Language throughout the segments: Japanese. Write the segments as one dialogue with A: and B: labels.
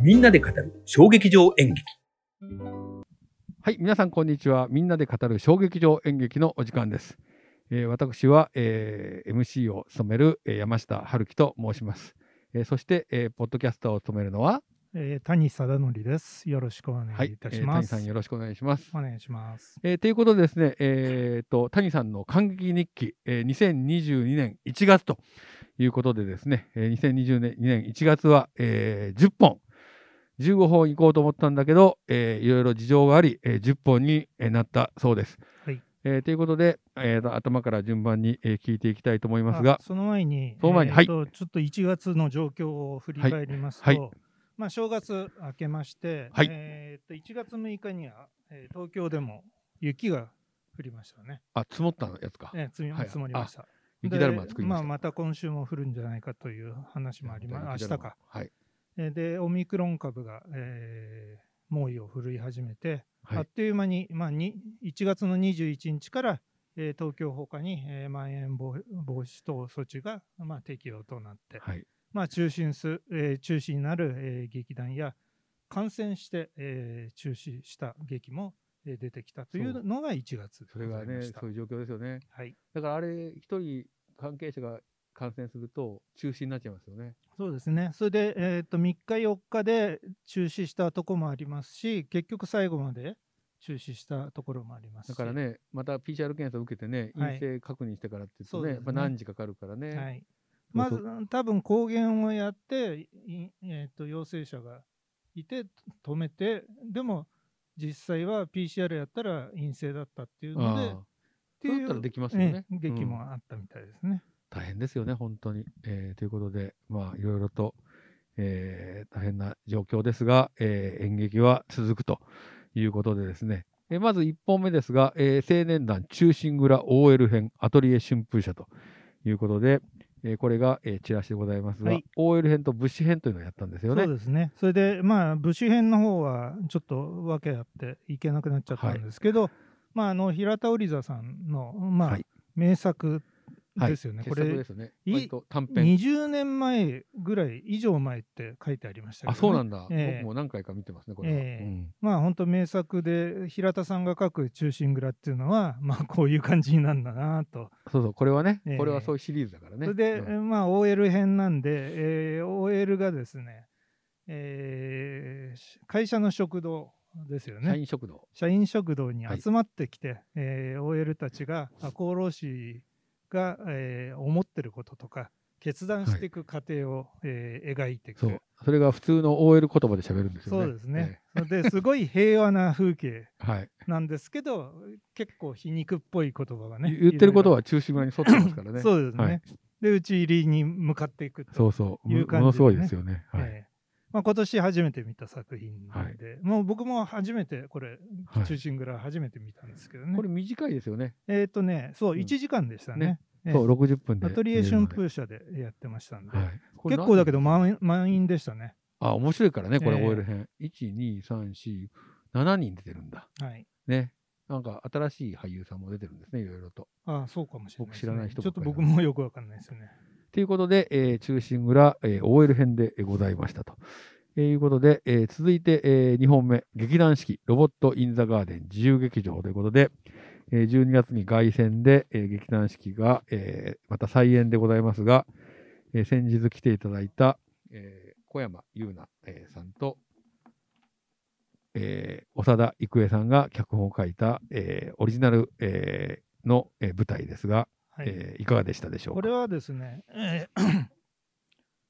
A: みんなで語る小劇場演劇。
B: はい、皆さんこんにちは。みんなで語る小劇場演劇のお時間です。えー私は、えー MC を務める、えー山下春樹と申します。えーそして、えーポッドキャスターを務めるのは、
C: えー、谷貞則です。よろしくお願
B: はい
C: いた
B: え
C: し
B: ー
C: ま
B: 谷
C: す。
B: さんよろしくお願いします。
C: お願いします。
B: えーということでですね、えーと谷さんの感激日記、えー2022年1月ということでですね、えー2022年2年1月は、えー10本、15本行こうと思ったんだけど、えーいろいろ事情があり、えー10本にえーなったそうです。
C: はい
B: えーということで、えーと頭から順番に、えー聞いていきたいと思いますが
C: あ、その前に、
B: その前に
C: えーとちょっと1月の状況を振り返りますと、
B: はいはい
C: まあ、正月明けまして、
B: はい
C: えーと1月6日には、えー東京でも雪が降りましたね。
B: あ積もったやつか、
C: えー、積み
B: はい
C: 積もりました。
B: 雪だるま作りました。
C: でまあ、また今週も降るんじゃないかという話もあります。明日か。。
B: はい。
C: えーで、オミクロン株が、えー猛威を振るい始めて、
B: は
C: あっ
B: い。
C: という間に、まあ、に1月の21日から、えー東京ほかに、えーまん延防防止等措置が、まあ、適用となって、
B: はい。
C: まあ、中心す、えー中止になる、えー劇団や感染して、えー中止した劇も、えー出てきたとい
B: そう
C: うのが1月
B: それが
C: でございま
B: ね、
C: した
B: そういう状況ですよね。
C: はい、
B: だからあれ、一人関係者が感染すると中止になっちゃいますよね。
C: そうですねそれで、えー、と3日4日で中止したところもありますし結局最後まで中止したところもありますし
B: だからね、また PCR 検査を受けてね、
C: はい
B: 陰性確認してからって言うと
C: そう
B: ね、
C: ですね
B: まあ、何時かかるからね。
C: はい、
B: まあ
C: まず多分抗原をやって、いえー、と陽性者がいて止めてでも実際は PCR やったら陰性だったっていうのでっ
B: ああ
C: てい
B: そうだったらできますよね
C: ええ劇
B: う
C: もあったみたいですね。
B: 大変ですよね、本当に。えーということで、まあ、いろいろと、えー大変な状況ですが、えー演劇は続くということでですね。えーまず1本目ですが、えー青年団中心蔵 OL 編アトリエ春風社ということで、えーこれが、えーチラシでございますが、
C: はい
B: OL 編と物資編というのをやったんですよね。
C: そうですねそれでまあ武士編の方はちょっと訳あっていけなくなっちゃったんですけど、まああの平田織座さんのまあ、
B: はい
C: 名作
B: はい
C: ですよね、こ
B: 傑作
C: れ
B: ですよね。
C: い
B: 割と短編。
C: 20年前ぐらい以上前って書いてありましたけど、
B: あ、
C: ね、
B: そうなんだ。
C: ええ
B: 僕も何回か見てますね、これは。
C: ええ
B: うん
C: まあ本当名作で平田さんが書く「忠臣蔵」っていうのは まあこういう感じになるんだなと。
B: そうそう、これはね、
C: ええ
B: これはそういうシリーズだからね。
C: それで、
B: うん
C: まあ OL 編なんで、えー OL がですね、えーし会社の食堂ですよ
B: 社
C: ね
B: 員食堂。
C: 社員食堂に
B: はい
C: 集まってきて、えー OL たちがあ厚労士が、えー思ってることとか決断していく過程を、えー描いていく。
B: そう。それが普通の OL 言葉で喋るんですよね。
C: そうですね。それですごい平和な風景
B: ええ。はい。
C: なんですけど、結構皮肉っぽい言葉がね。
B: 言ってること
C: は
B: は中心側に沿ってますからね。
C: そうですね。
B: はい
C: で、打ち入りに向かっていくと。
B: そうそう。
C: い
B: も
C: う感じでね
B: ものすごいですよね。はい。
C: ええまあ、今年初めて見た作品なんで、もう僕も初めて、これ、
B: はい
C: 中心蔵初めて見たんですけどね。
B: これ短いですよね。
C: えっ、とね、そう、
B: うん
C: 1時間でした
B: ね
C: ね。ええ
B: そう、60分で。
C: アトリエ春。風社でやってましたんで、
B: はい。これ
C: 結構だけど
B: 何
C: 満員満員でしたね。
B: あ、面白いからね、これ
C: ええ
B: OL 編。1、2、3、4、7人出てるんだ。
C: はい。
B: ね。なんか新しい俳優さんも出てるんですね、いろいろと。
C: ああ、そうかもしれないです、ね。
B: 僕知らない人
C: ち
B: ば
C: ょ
B: っ
C: っ
B: か
C: と
B: り
C: 僕もよくわかんないですよね。
B: ということで、えー中心蔵、えー OL 編でございましたと。えーいうことで、えー続いて、え2本目、劇団四季、ロボット・イン・ザ・ガーデン自由劇場ということで、えー12月に凱旋で、えー劇団四季が、えーまた再演でございますが、えー先日来ていただいた、えー小山優奈、えーさんと、えー長田郁恵さんが脚本を書いた、えーオリジナル、えーの、えー舞台ですが、
C: はい。
B: えーいかがでしたでしょうか。
C: これはですね、えー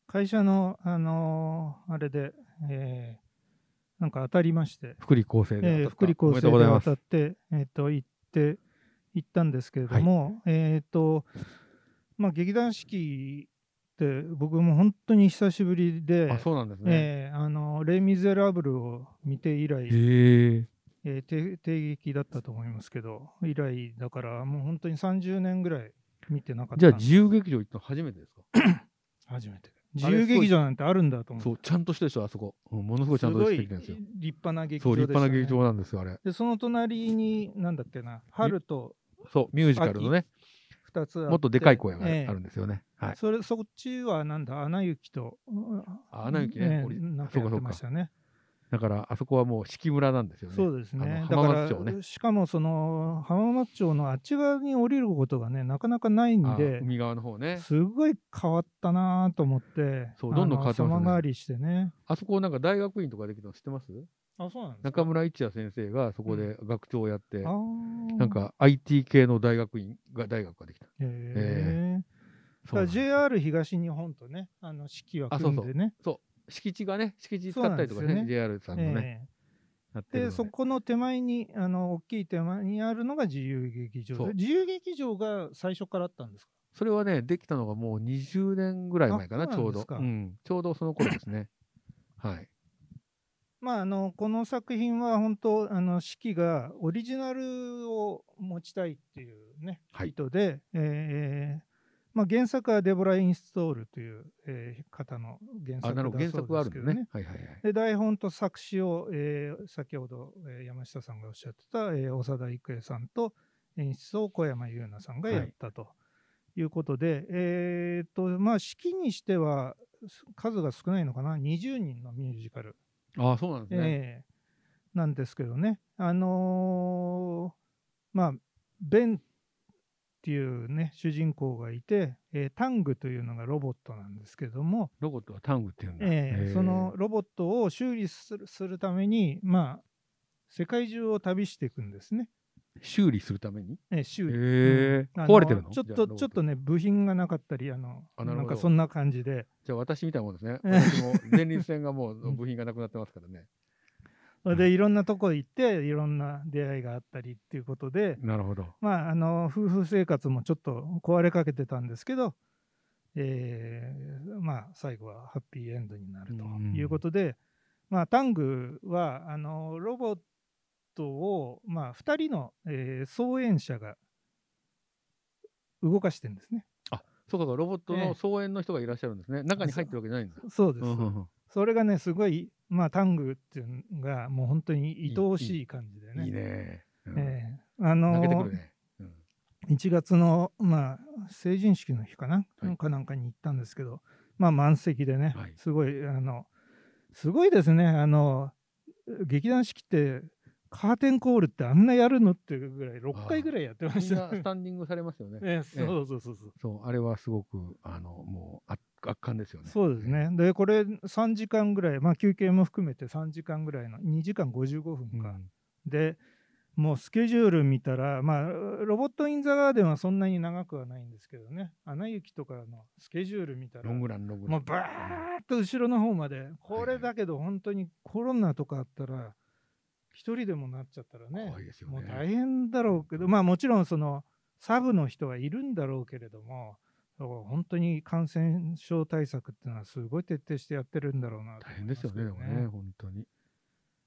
C: 会社の、あのーあれで、えーなんか当たりまして、
B: 福利厚生で当
C: えー
B: たった
C: 福利
B: お
C: 厚
B: めでとう
C: 生
B: ご
C: で
B: ざいま
C: 当
B: す
C: たって、えー、と行って行ったんですけれども、えっ、と、まあ、劇団四季って僕も本当に久しぶりで、
B: あそうなんですね。
C: えーあのレ・ミゼラブルを見て以来、
B: へえ
C: えーて定劇だったと思いますけど、以来だから、もう本当に30年ぐらい見てなかったん
B: じゃあ
C: で
B: 自由劇場行ったの初めてですか
C: 初めて。自由劇場なんてあるんだと思って
B: そうちゃんとしてるでしょあそこ、うんものすごいちゃんとしてきてるんですよ
C: 立派な劇
B: そ
C: 場
B: う
C: でし
B: 立
C: た、ね、
B: 派な劇場なんですよあれ
C: でその隣になんだっけな春と
B: そうミュージカルのね
C: 2つあって
B: もっとでかい小屋があ
C: ええ
B: るんですよね。はい。
C: それそっちはなんだ、穴行きと。うん
B: あ穴行きね
C: ええ
B: オリ
C: なんかやってましたね。
B: だから、あそこはもう四季村なんですよね。
C: そうですね。
B: あ
C: だ
B: の
C: か
B: 浜
C: ら
B: 松町ね
C: しかもその浜松町のあっち側に降りることがね、なかなかないん
B: あ
C: で、
B: 海側の方ね。
C: すごい変わったなと思って、
B: そうどんどん変わってますね
C: あの様変わりしてね。
B: あそこなんか大学院とかできたの知ってます
C: あ、そうなんで
B: 中村一也先生がそこで学長をやって、
C: あー
B: なん、か IT 系の大学院が、大学ができた。そうな
C: へえだから
B: んです
C: JR 東日本とね、あの四季は組んでね。
B: 敷地がね、敷地使ったりとか
C: そう
B: ね、
C: なんです
B: JR さんのね、
C: え
B: やって
C: え
B: るの
C: で、そこの手前に、あの大きい手前にあるのが自由劇場
B: そう
C: で、自由劇場が最初からあったんですか
B: それはね、できたのがもう20年ぐらい前かな、
C: あ
B: ち
C: そう
B: ょうん
C: なで
B: ど
C: す。か
B: うんちょうどその頃です ね。はい。
C: まあ、あのこの作品は本当あの四季がオリジナルを持ちたいっていうね、
B: はい
C: 意図で、えーまあ、原作はデボラ・インストールという、えー方の原
B: あ、な
C: 作だ
B: る
C: そう
B: ほど、原
C: ですけ
B: 作がある
C: ど
B: ん
C: ね
B: だね。はいはいはい。
C: で台本と作詞を、えー先ほど、えー山下さんがおっしゃってた、えー長田育恵さんと演出を小山優奈さんがやったということで、えーっとまあ式にしてはす数が少ないのかな20人のミュージカル、
B: ああ、そうなんですね。
C: えーなんですけどねあのーまあベンっていうね主人公がいて、えータングというのがロボットなんですけども、
B: ロボットはタングっていうんだ。
C: ええ
B: へえ
C: その、ロボットを修理するするために、まあ、世界中を旅していくんですね、
B: 修理するために。
C: ええ修
B: へ
C: 理。
B: え
C: うんあ
B: 壊れてるの
C: ちょっ
B: じゃあロ
C: と
B: ボット
C: ちょっとね、部品がなかったり、あの
B: あな
C: な
B: るほ
C: ん
B: ど
C: かそんな感じで、
B: じゃあ私みたいなもんですね。
C: ええ
B: 私も前立腺がもう部品がなくなってますからね。
C: それでいろんなとこ行って、いろんな出会いがあったりっていうことで、
B: なるほど。
C: まあ、あの夫婦生活もちょっと壊れかけてたんですけど、えーまあ、最後はハッピーエンドになると
B: うん
C: いうことで、まあ、タングはあのロボットを、まあ、2人の、えー操演者が動かしてるんですね。
B: そうかそうか、ロボット
C: え
B: の
C: え
B: 操演の人がいらっしゃるんですね。中に入ってるわけじゃないんだ。
C: そうです、
B: うんうん
C: それがねすごい、まあ、タングっていうのがもう本当に愛おしい感じで
B: うん
C: ね。
B: いいね。うん
C: えーあの
B: 泣けてくるね。うん
C: 1月の、まあ、成人式の日かな、
B: はい
C: かなんかに行ったんですけど、まあ、満席でね、
B: はい
C: すごいあのすごいですねあの劇団四季ってカーテンコールってあんなやるのっていうぐらい6回ぐらいやってま
B: み
C: し
B: ん
C: た
B: なスタンディングされますよね。
C: ええ そうそうそうそう
B: そう、あれはすごく、あの、もう、あ圧巻ですよね。
C: そうです。ねでこれ3時間ぐらい、まあ、休憩も含めて3時間ぐらいの2時間55
B: う
C: 分
B: ん
C: か、でもうスケジュール見たら、まあ、ロボット・イン・ザ・ガーデンはそんなに長くはないんですけどね、アナ雪とかのスケジュール見たら、
B: ロン
C: も
B: グラン、ロングラン。
C: うバーッと後ろの方まで、これだけど本当にコロナとかあったら、一人でもなっちゃったらね、
B: 怖いですよね。
C: もう大変だろうけど、まあもちろんそのサブの人はいるんだろうけれども、本当に感染症対策っていうのはすごい徹底してやってるんだろうなと
B: 大
C: 思い
B: 変で
C: ま
B: すよね、
C: け
B: で
C: ど
B: もね、本当に。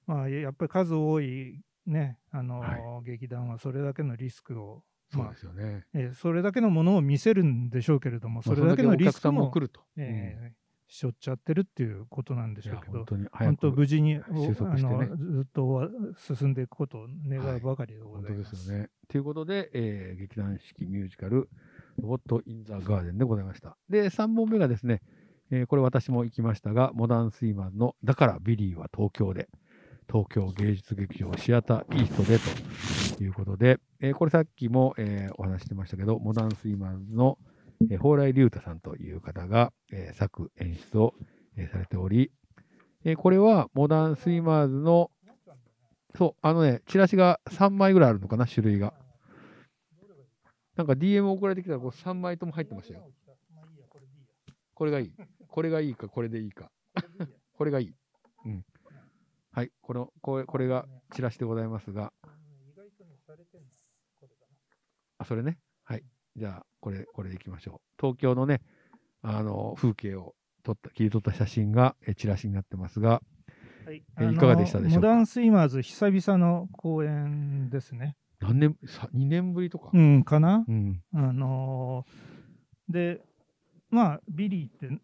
C: まあ、ややっぱり数多い、ねあのー
B: は
C: 劇団はそれだけのリスクを、
B: そ
C: ま
B: う
C: あ
B: ですよね。
C: えーそれだけのものを見せるんでしょうけれども、
B: ま
C: そ
B: あ
C: れだけの
B: お
C: リ
B: 客
C: ス
B: さ
C: ク
B: んも
C: も
B: 来、ると。
C: えーしょっちゃってるっていうことなん
B: うん
C: で
B: い
C: しょ
B: や
C: うけ
B: 本
C: ど、
B: 当に早
C: 本当、
B: く。
C: 無事にお
B: 収束してね
C: あのずっと終わ進んでいくことを願
B: は
C: う
B: い
C: ばかりでご
B: 本
C: ざい
B: 当で
C: ます。
B: すよね。ということで、えー劇団四季ミュージカル、ロボット・イン・ザ・ガーデンでございました。で、3本目がですね、えーこれ私も行きましたが、モダン・スイマンの、だからビリーは東京で、東京芸術劇場シアターイーストでということで、えーこれさっきも、えーお話ししてましたけど、モダン・スイマンの、えー、蓬莱竜太さんという方が、えー作演出を、えーされており、えーこれはモダンスイマーズの、そう、あのね、チラシが3枚ぐらいあるのかな、種類が。なんか DM 送られてきたらこう3枚とも入ってましたよ。これがいい。これがいいか、これでいいか。これがいい。うん。はい、この、これこれがチラシでございますが、あ、それね。はい。じゃあ、これ、これでいきましょう。東京のね、あの、風景を撮った、切り取った写真が、えチラシになってますが、
C: はい
B: えーいかがでしたでしょうか
C: あのモダンスイマーズ、久々の公演ですね。
B: 何年、さ2年ぶりとか。
C: うん、かな、
B: うん。
C: あのーで、まあ、ビリーって、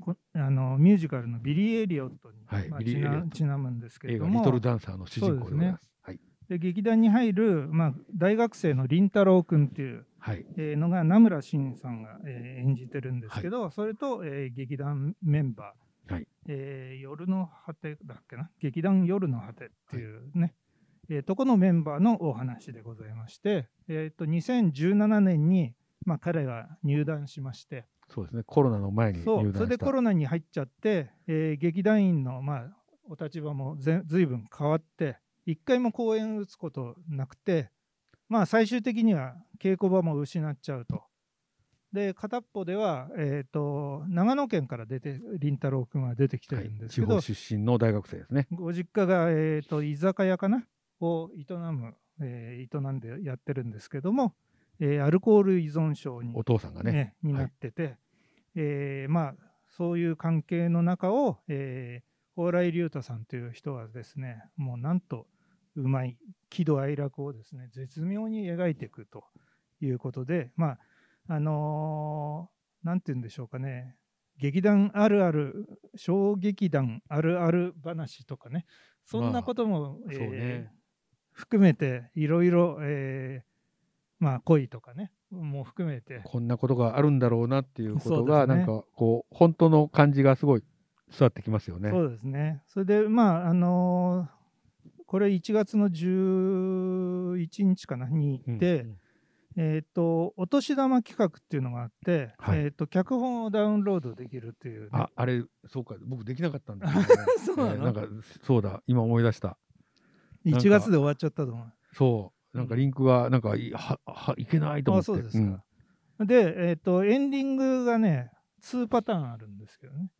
C: こあのミュージカルのビリー・エリオットに、
B: はい
C: まあ
B: ビリー
C: ちな
B: エリオット
C: ちなむんですけれ
B: 映
C: ど
B: 画、
C: も
B: リトルダンサーの主人公でございます。はい。
C: でで劇団に入る、まあ、大学生の凛太郎君っていう
B: はい。
C: えーのが名村真さんが、えー演じてるんですけど、それと、えー劇団メンバー、
B: はい
C: えー夜の果てだっけな劇団夜の果てっていうね、えーとこのメンバーのお話でございまして、えー、と2017年に、まあ、彼は入団しまして
B: そうですね。コロナの前に入
C: そ
B: 団し
C: う
B: た。
C: それでコロナに入っちゃって、えー劇団員の、まあ、お立場もぜずいぶん変わって一回も公演打つことなくて、まあ、最終的には稽古場も失っちゃうと。で片っぽでは、えー、と長野県から出て凛太郎君は出てきて
B: はい
C: るんです
B: 地
C: けど、
B: 方出身の大学生ですね。
C: ご実家が、えー、と居酒屋かなを営む、えー営んでやってるんですけども、えーアルコール依存症に
B: お父さんがね。
C: ね、になってて、えーまあ、そういう関係の中を、えー、蓬莱竜太さんという人はですねもうなんとうまい喜怒哀楽をですね絶妙に描いていくということでまああのーなんて言うんでしょうかね劇団あるある小劇団あるある話とかねそんなことも、
B: あ
C: えー
B: そうね
C: 含めていろいろえーまあ恋とかねもう含めて
B: こんなことがあるんだろうなっていうこと
C: そ
B: が、
C: うで
B: な
C: す
B: ん
C: ね
B: かこう、本当の感じがすごい伝わってきますよね。
C: そうですね。それで、まあ、あのーこれ1月の11日かなに行って、
B: うん
C: えっ、と、お年玉企画っていうのがあって、
B: はい
C: えっ、と、脚本をダウンロードできるっていうね、
B: あ、あれ、そうか、僕できなかったんですけどね
C: そうなの
B: えーなんか、そうだ、今思い出した。なんか
C: 1月で終わっちゃったと思う。
B: そう、なんかリンクが、なんか、いは、は、いけないと思
C: あ
B: って。
C: そうです
B: う
C: か。
B: ん
C: で、えっ、と、エンディングがね、2パターンあるんですけどね。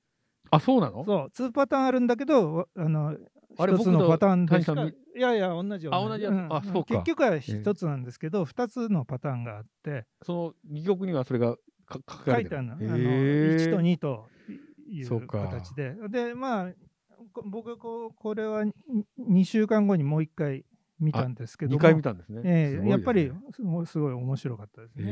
B: あ、そうなの
C: そう、2パターンあるんだけど、わあの、
B: あれ
C: 一つの
B: 僕と
C: パターンでし
B: 谷
C: か
B: さん
C: いやいや、同じ
B: あ同じやつ
C: ん
B: あそうか
C: 結局は一つなんですけど、二つのパターンがあって、
B: その、戯曲にはそれがか書か
C: 書
B: れ
C: い
B: て
C: て
B: る。
C: あるのあの
B: へー
C: 1と2とい
B: そう
C: う
B: か
C: 形ででまあこ僕こうこれは2週間後にもう1回見たんですけども
B: 二回見たんですね。
C: ええ
B: すごいですね
C: やっぱりすごいすごい面白かったですね。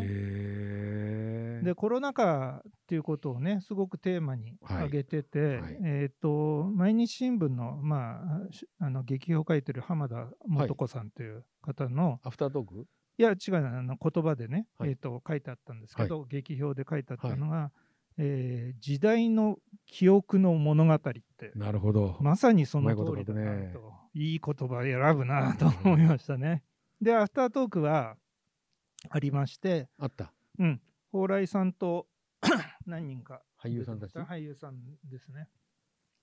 B: へえ
C: でコロナ禍っていうことをねすごくテーマに挙げてて、
B: はい
C: えっ、と毎日新聞のまあしあの劇評を書いてる浜田素子さんという方の、
B: アフタートーク
C: いや違うなあの言葉でね、
B: はい
C: えー、と書いてあったんですけど、劇評で書いてあったのが、えー時代の記憶の物語って
B: なるほど。
C: まさにその
B: うまい
C: 通
B: 言
C: り
B: 葉
C: だ
B: だね
C: なといい言葉選ぶなと思いましたね。でアフタートークはありまして
B: あった。
C: うん蓬莱さんと 何人か
B: 俳優さんたち
C: 出てき俳優さんですね。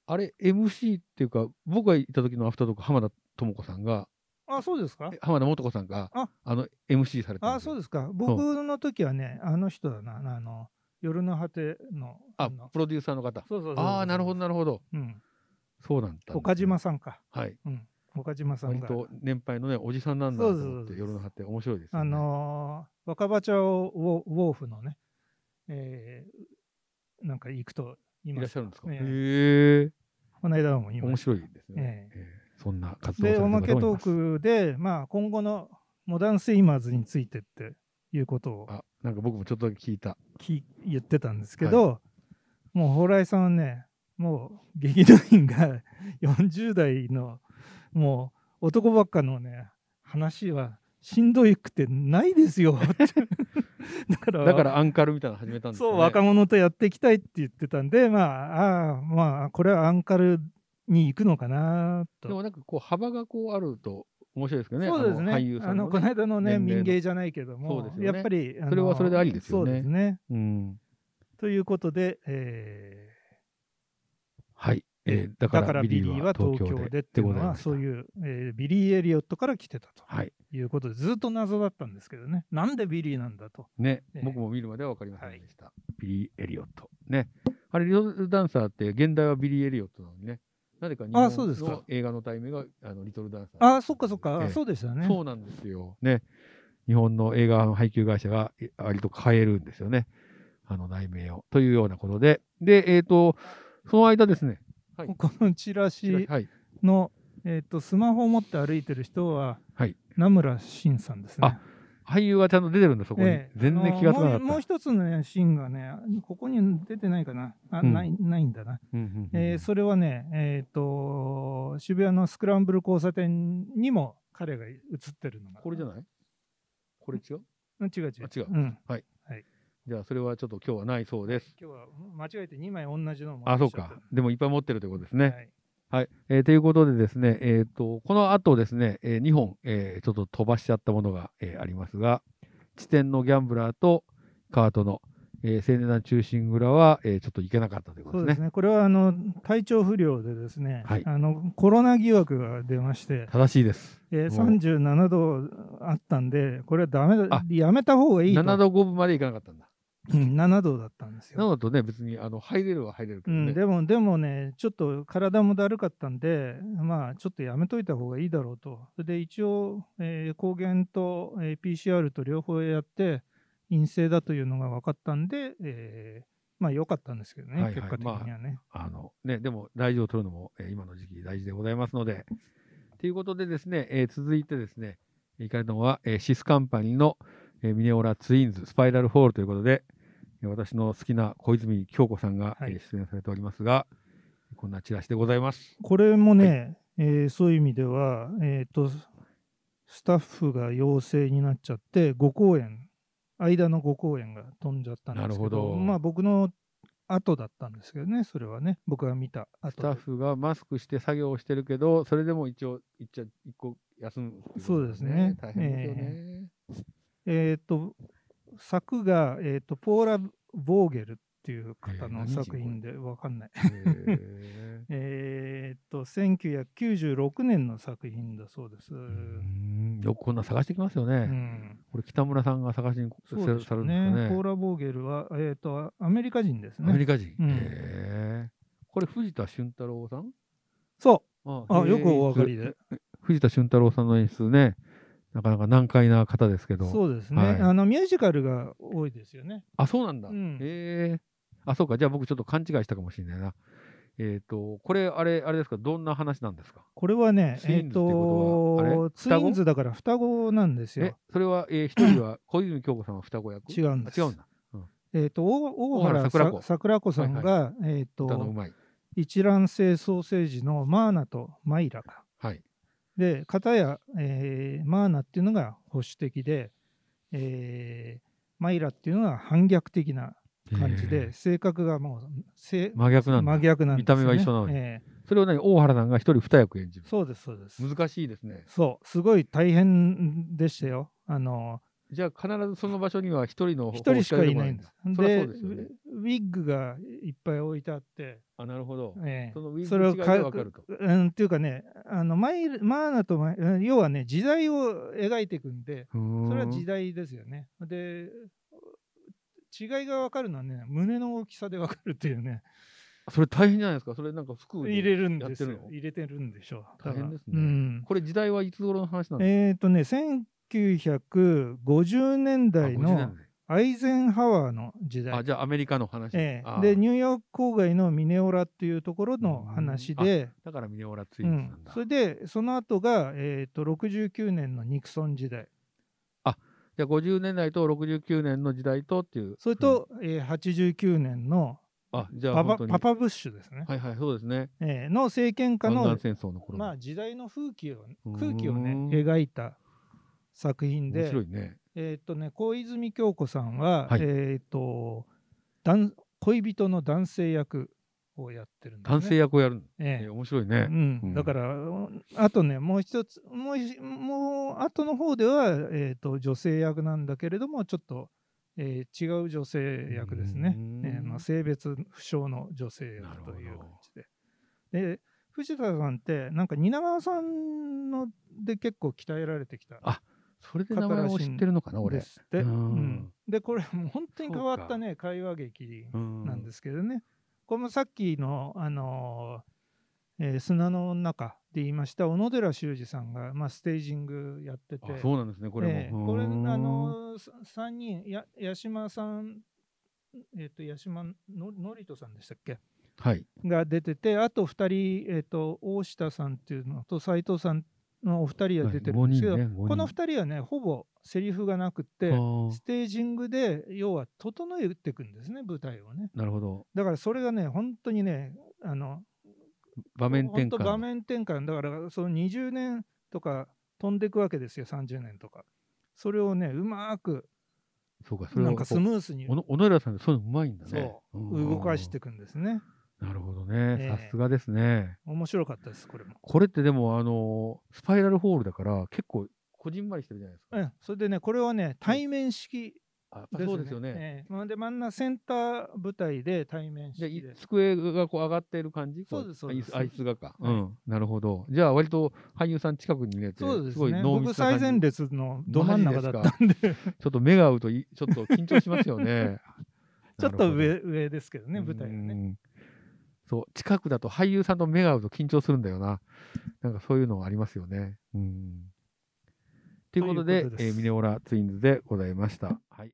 B: あれ、MC っていうか、僕がいた時のアフタートーク、浜田智子さんが、
C: あそうですか
B: え浜田素子さんが、あ
C: あ
B: の、MC されたん
C: あそう
B: ですよ。
C: ですか僕の時はねあの人だなあの夜の果ての
B: あ
C: の、
B: プロデューサーの方。
C: そうそうそうそう
B: ああ、なるほど、なるほど。
C: うん
B: そうなんだ。
C: 岡島さんか。
B: はい。
C: うん、岡島さん
B: 割
C: が。
B: と年配のね、おじさんなんだなと思っ
C: そうそうそうそ
B: て、
C: う
B: 夜の果て、面白いですよね。
C: あのー若葉町ウォウォーフのね、えーなんか行くとい
B: い
C: ま
B: らっ
C: し
B: しゃ
C: た
B: るんですか。へ
C: ええ
B: え、
C: この間もいま
B: 面
C: した
B: 白いですね。ええそんな活動を
C: で、
B: されて
C: お
B: る
C: ま
B: 方
C: け
B: もい
C: ト
B: ます
C: ークで、まあ、今後のモダンスイマーズについてっていうことを
B: あ、なんか僕もちょっとだけ聞いた。
C: き言ってたんですけど、もう蓬莱さんはね、もう劇団員が 40代のもう男ばっかのね、話はしんどいくてないです よってだから、
B: だからアンカルみたいなの始めたんですよ
C: そ
B: ね。
C: う、若者とやっていきたいって言ってたんで、まあ、ああ、まあ、これはアンカルに行くのかな
B: でも
C: と。
B: なんかこう幅がこうあると面白いですけどね。
C: そうですね。
B: あの
C: あ
B: 俳優さん
C: の、
B: の、
C: この
B: ね。
C: 間の
B: 年
C: ね、
B: 齢の
C: 民芸じゃないけども、
B: そうですよね
C: やっぱり、あの
B: それはそれでありですよね
C: そうですね。
B: うん。
C: ということで、え
B: はい。
C: ー
B: えーだから
C: ビリーは東京でっていうのは、そう
B: う。
C: いう、えービリー・エリオットから来てたと
B: はい。
C: いうことで、ずっと謎だったんですけどね。なんでビリーなんだと。
B: ね、
C: ええ
B: 僕も見るまでは分かりませんでした。ビリー・エリオット。ね。あれ、リトルダンサーって現代はビリー・エリオットなのにね。なぜか日
C: あそう
B: 本
C: ですか
B: の映画の題名があのリトルダンサー。
C: ああ、そっかそっか、
B: ええ
C: そうでしたね。
B: そうなんですよ。ね。日本の映画の配給会社がえ割と変えるんですよね。あの題名を。というようなことで。で、えっ、と、その間ですね。はい
C: このチラシ
B: はい。
C: の、えー、とスマホを持って歩いてる人は、
B: はい
C: 名村真さんですね。
B: あ俳優がちゃんと出てるんだ、そこに。
C: ええ
B: 全然気がつかなか
C: あ
B: った。
C: のもうもう一つの、ね、シーンがね、ここに出てないかな、あ
B: うん
C: ないないんだな、
B: うんうんうん
C: えーそれはね、えーと、渋谷のスクランブル交差点にも彼が映ってるのが。
B: これじゃないこれ違う
C: うん、違う違う。。
B: あ違うんじゃあ、それはちょっと今日はないそうです。
C: 今日は間違えて2枚同じのを持って
B: あ、そう
C: きちゃった
B: か。でもいっぱい持ってるということですね。
C: は
B: は
C: い
B: い。えーということでですね、えっ、と、この後ですね、え2本、えーちょっと飛ばしちゃったものが、えーありますが、地点のギャンブラーとカートの、えー、青年団中心蔵は、えーちょっといけなかったというこ
C: そ
B: と
C: う
B: で
C: ですす
B: ね。
C: ね、これはあの体調不良でですね、
B: はい
C: あのコロナ疑惑が出まして、
B: 正しいです。
C: えー
B: もう
C: 37度あったんで、これはダメ
B: あ
C: だ、やめた方がいいと
B: 7度5分までいかなかったんだ。
C: うん7度だったんです
B: な
C: よ。
B: のとね、別にあの入れるは入れるけ
C: う
B: どね。
C: ん、でも、でもね、ちょっと体もだるかったんで、まあ、ちょっとやめといた方がいいだろうと。それで、一応、えー抗原と、えー PCR と両方やって、陰性だというのが分かったんで、えーまあ、良かったんですけどね、
B: はいはい
C: 結果的にはね。
B: あのね、でも大事を取るのも、えー今の時期大事でございますので。ということでですね、えー続いてですね、行かれたのは、えーシスカンパニーの、えーミネオラツインズスパイラルホールということで、えー私の好きな小泉京子さんが、
C: はい
B: えー出演されておりますが、こんなチラシでございます。
C: これもね、えーそういう意味では、えー、とスタッフが陽性になっちゃって5公演間の5公演が飛んじゃったんですけど
B: なるほど
C: まあ僕の後だったんですけどねそれはね僕が見た後
B: スタッフがマスクして作業をしてるけど、それでも一応、一ちゃ一個休むっていこと
C: そう
B: 大
C: ですね
B: 変ですよね。
C: えっ、と作が、えー、とポーラ・ボーゲルっていう方
B: えー何
C: の
B: 人
C: 作品でわかんない
B: へ
C: えっと1996年の作品だそうです、
B: ー うーんよくこんな探してきますよね。
C: うん
B: これ北村さんが探しにこ
C: そうで
B: せ
C: す
B: されるんですか
C: ね。
B: ね。
C: ポーラ・ボーゲルは、えっ、と、アメリカ人です
B: アメ
C: ね。
B: リカ人。
C: うん
B: へえこれ藤田俊太郎さん
C: そ
B: あ
C: う。あ、
B: へえ
C: よくお分かり
B: 演
C: で。
B: 出藤田俊太郎さんの演出ね、なかなか難解な方ですけど。
C: そうですね、
B: はい
C: あの、ミュージカルが多いですよね。
B: あ、そうなんだ。
C: うん
B: へえあ、そうか。じゃあ僕ちょっと勘違いしたかもしれないな。えっ、と、これ、あれ、あれですか、どんな話なんですか
C: これはね、
B: ツイ
C: え
B: ン
C: っ、
B: ズってことはあれ
C: と、ツインズだから双子なんです
B: え
C: よ。、
B: それは、えー一人 は小泉京子さんは双子役
C: 違うんです
B: あ違うんだ。
C: えっ、と、大
B: 大
C: 大
B: 原
C: 原
B: 桜
C: さ
B: 子
C: 桜子さんが、えっ、
B: 歌のう
C: と、
B: まい。
C: 一卵性ソーセージのマーナとマイラが。
B: はい。
C: で、片や、えーマーナっていうのが保守的で、えーマイラっていうのは反逆的な感じ
B: へ
C: で、
B: え
C: 性格がもうせ
B: 真逆なんだ。
C: 真逆なんです、ね、
B: 見た目は一緒なのに
C: え
B: それを何大原さんが一人二役演じる
C: え。そうですそうです
B: 難しいですね。
C: そうすごい大変でしたよあの
B: じゃあ必ずその場所には一人の
C: 一人しかいないんです
B: 方向
C: で
B: 出てこないんだそりゃそうですよね。
C: ウィッグがいっぱい置いてあって、
B: あなるほど。
C: ええ
B: そのウィッグ
C: それを
B: 違いがわかると
C: うんっていうかねあのマイマーナとマイうん要はね時代を描いていくんでそ
B: そ
C: れは時代ですよねで違いが分かるのはね胸の大きさで分かるっていうね
B: それ大変じゃないですか。それなんか服に
C: 入れるんです
B: や
C: よ
B: っての
C: 入れてるんでしょう
B: 大変ですね
C: うん
B: これ時代はいつ頃の話なんです
C: えっ、とね、1950年
B: か。あ
C: 代
B: 50
C: の
B: 年
C: アイゼンハワーの時
B: 代あ
C: 代。
B: じゃあアメリカの話。
C: ええ
B: あ
C: で、ニューヨーク郊外のミネオラっていうところの話で、
B: だからミネオラツイ
C: う
B: ンズ
C: ん
B: なんだ。
C: それで、その後が、えっ、と、69年のニクソン時代。
B: じゃあ50年代と69年の時代とっていう。
C: それと、えー89年の
B: うん、あじゃあ
C: パ
B: 本
C: パ
B: 当に
C: パパブッシュですね、
B: はいはいそうですね。
C: えーの政権下
B: 湾
C: の
B: 岸、戦争の頃。
C: まあ、時代の風景を
B: うーん
C: 空気をね、描いた作品
B: 面
C: で
B: 白、いね。
C: えーっとね、小泉京子さんは、
B: はい
C: えーっと男恋人の男性役をやってるんです、ね。
B: 男性役をやるの。え
C: え
B: え
C: え
B: 面白いね。
C: うん
B: うん
C: だから、あとね、もう一つ、もういもう後の方では、えーっと女性役なんだけれども、ちょっと、えー違う女性役ですね
B: うーん、
C: えーまあ、性別不詳の女性
B: なる
C: 役
B: ほど
C: という感じで。で藤田さんって、なんか蜷川さんので結構鍛えられてきた
B: それで名前を知ってるのかな俺。
C: ですって、
B: う
C: うんん、でこれもう本当に変わっ
B: そ
C: た
B: う。
C: ね会話劇なんですすけどね、これもさっきの、あのーえー砂の中で言いました小野寺修二さんが、まあ、ステージングやってて
B: あそうなんですねこれも。
C: ええこれあ
B: うーん
C: の3人や八島さんえっ、と八島ののりとさんでしたっけ
B: はい。
C: が出ててあと2人、えっと大下さんっていうのと斎藤さんのお二人が出てるんですけど、
B: はい五人ね五人
C: この2人はねほぼセリフがなくって
B: あー
C: ステージングで要は整えていくんですね舞台をね
B: なるほど。
C: だからそれがね本当にねあの
B: 場面転
C: ほんと場
B: 換。
C: 面転換だからその20年とか飛んでいくわけですよ30年とかそれをねうまく
B: そうか、それ
C: な
B: は
C: んかスムースに
B: おの小野寺さんってそういうのうまいんだね。
C: そう動かしていくんですね
B: うん。なるほど
C: え
B: ね。
C: え
B: さすがですね。
C: 面白かったですこれも、
B: これってでも、あの、スパイラルホールだから、結構、こじんまりしてるじゃないですか。
C: うん、それでねこれはね対面式
B: あやっ
C: で
B: ぱ
C: すね
B: そうですよね。
C: ええまあで真ん中センター舞台で対面
B: じゃあ
C: 式
B: い
C: で
B: 机がこう上がっている感じ
C: そうですそうです
B: あいつあいつがか、
C: はい
B: うん。なるほど。じゃあ、割と俳優さん近くに見れて、
C: そうですす
B: ごい
C: ね
B: 濃
C: 僕
B: 密な
C: 最前
B: 感じ。
C: 列のど真ん中だったんで ち
B: ちょっと目が合うとい、ちょっと緊張しますよ ね。
C: ょっと
B: なる
C: 上上ですけど
B: ほど
C: ね舞台は
B: う
C: ね
B: んそう、近くだと俳優さんと目が合うと緊張するんだよな。なんかそういうのありますよね。うん。ということで、
C: ということで
B: え
C: す
B: ーミネオラツインズでございました。はい。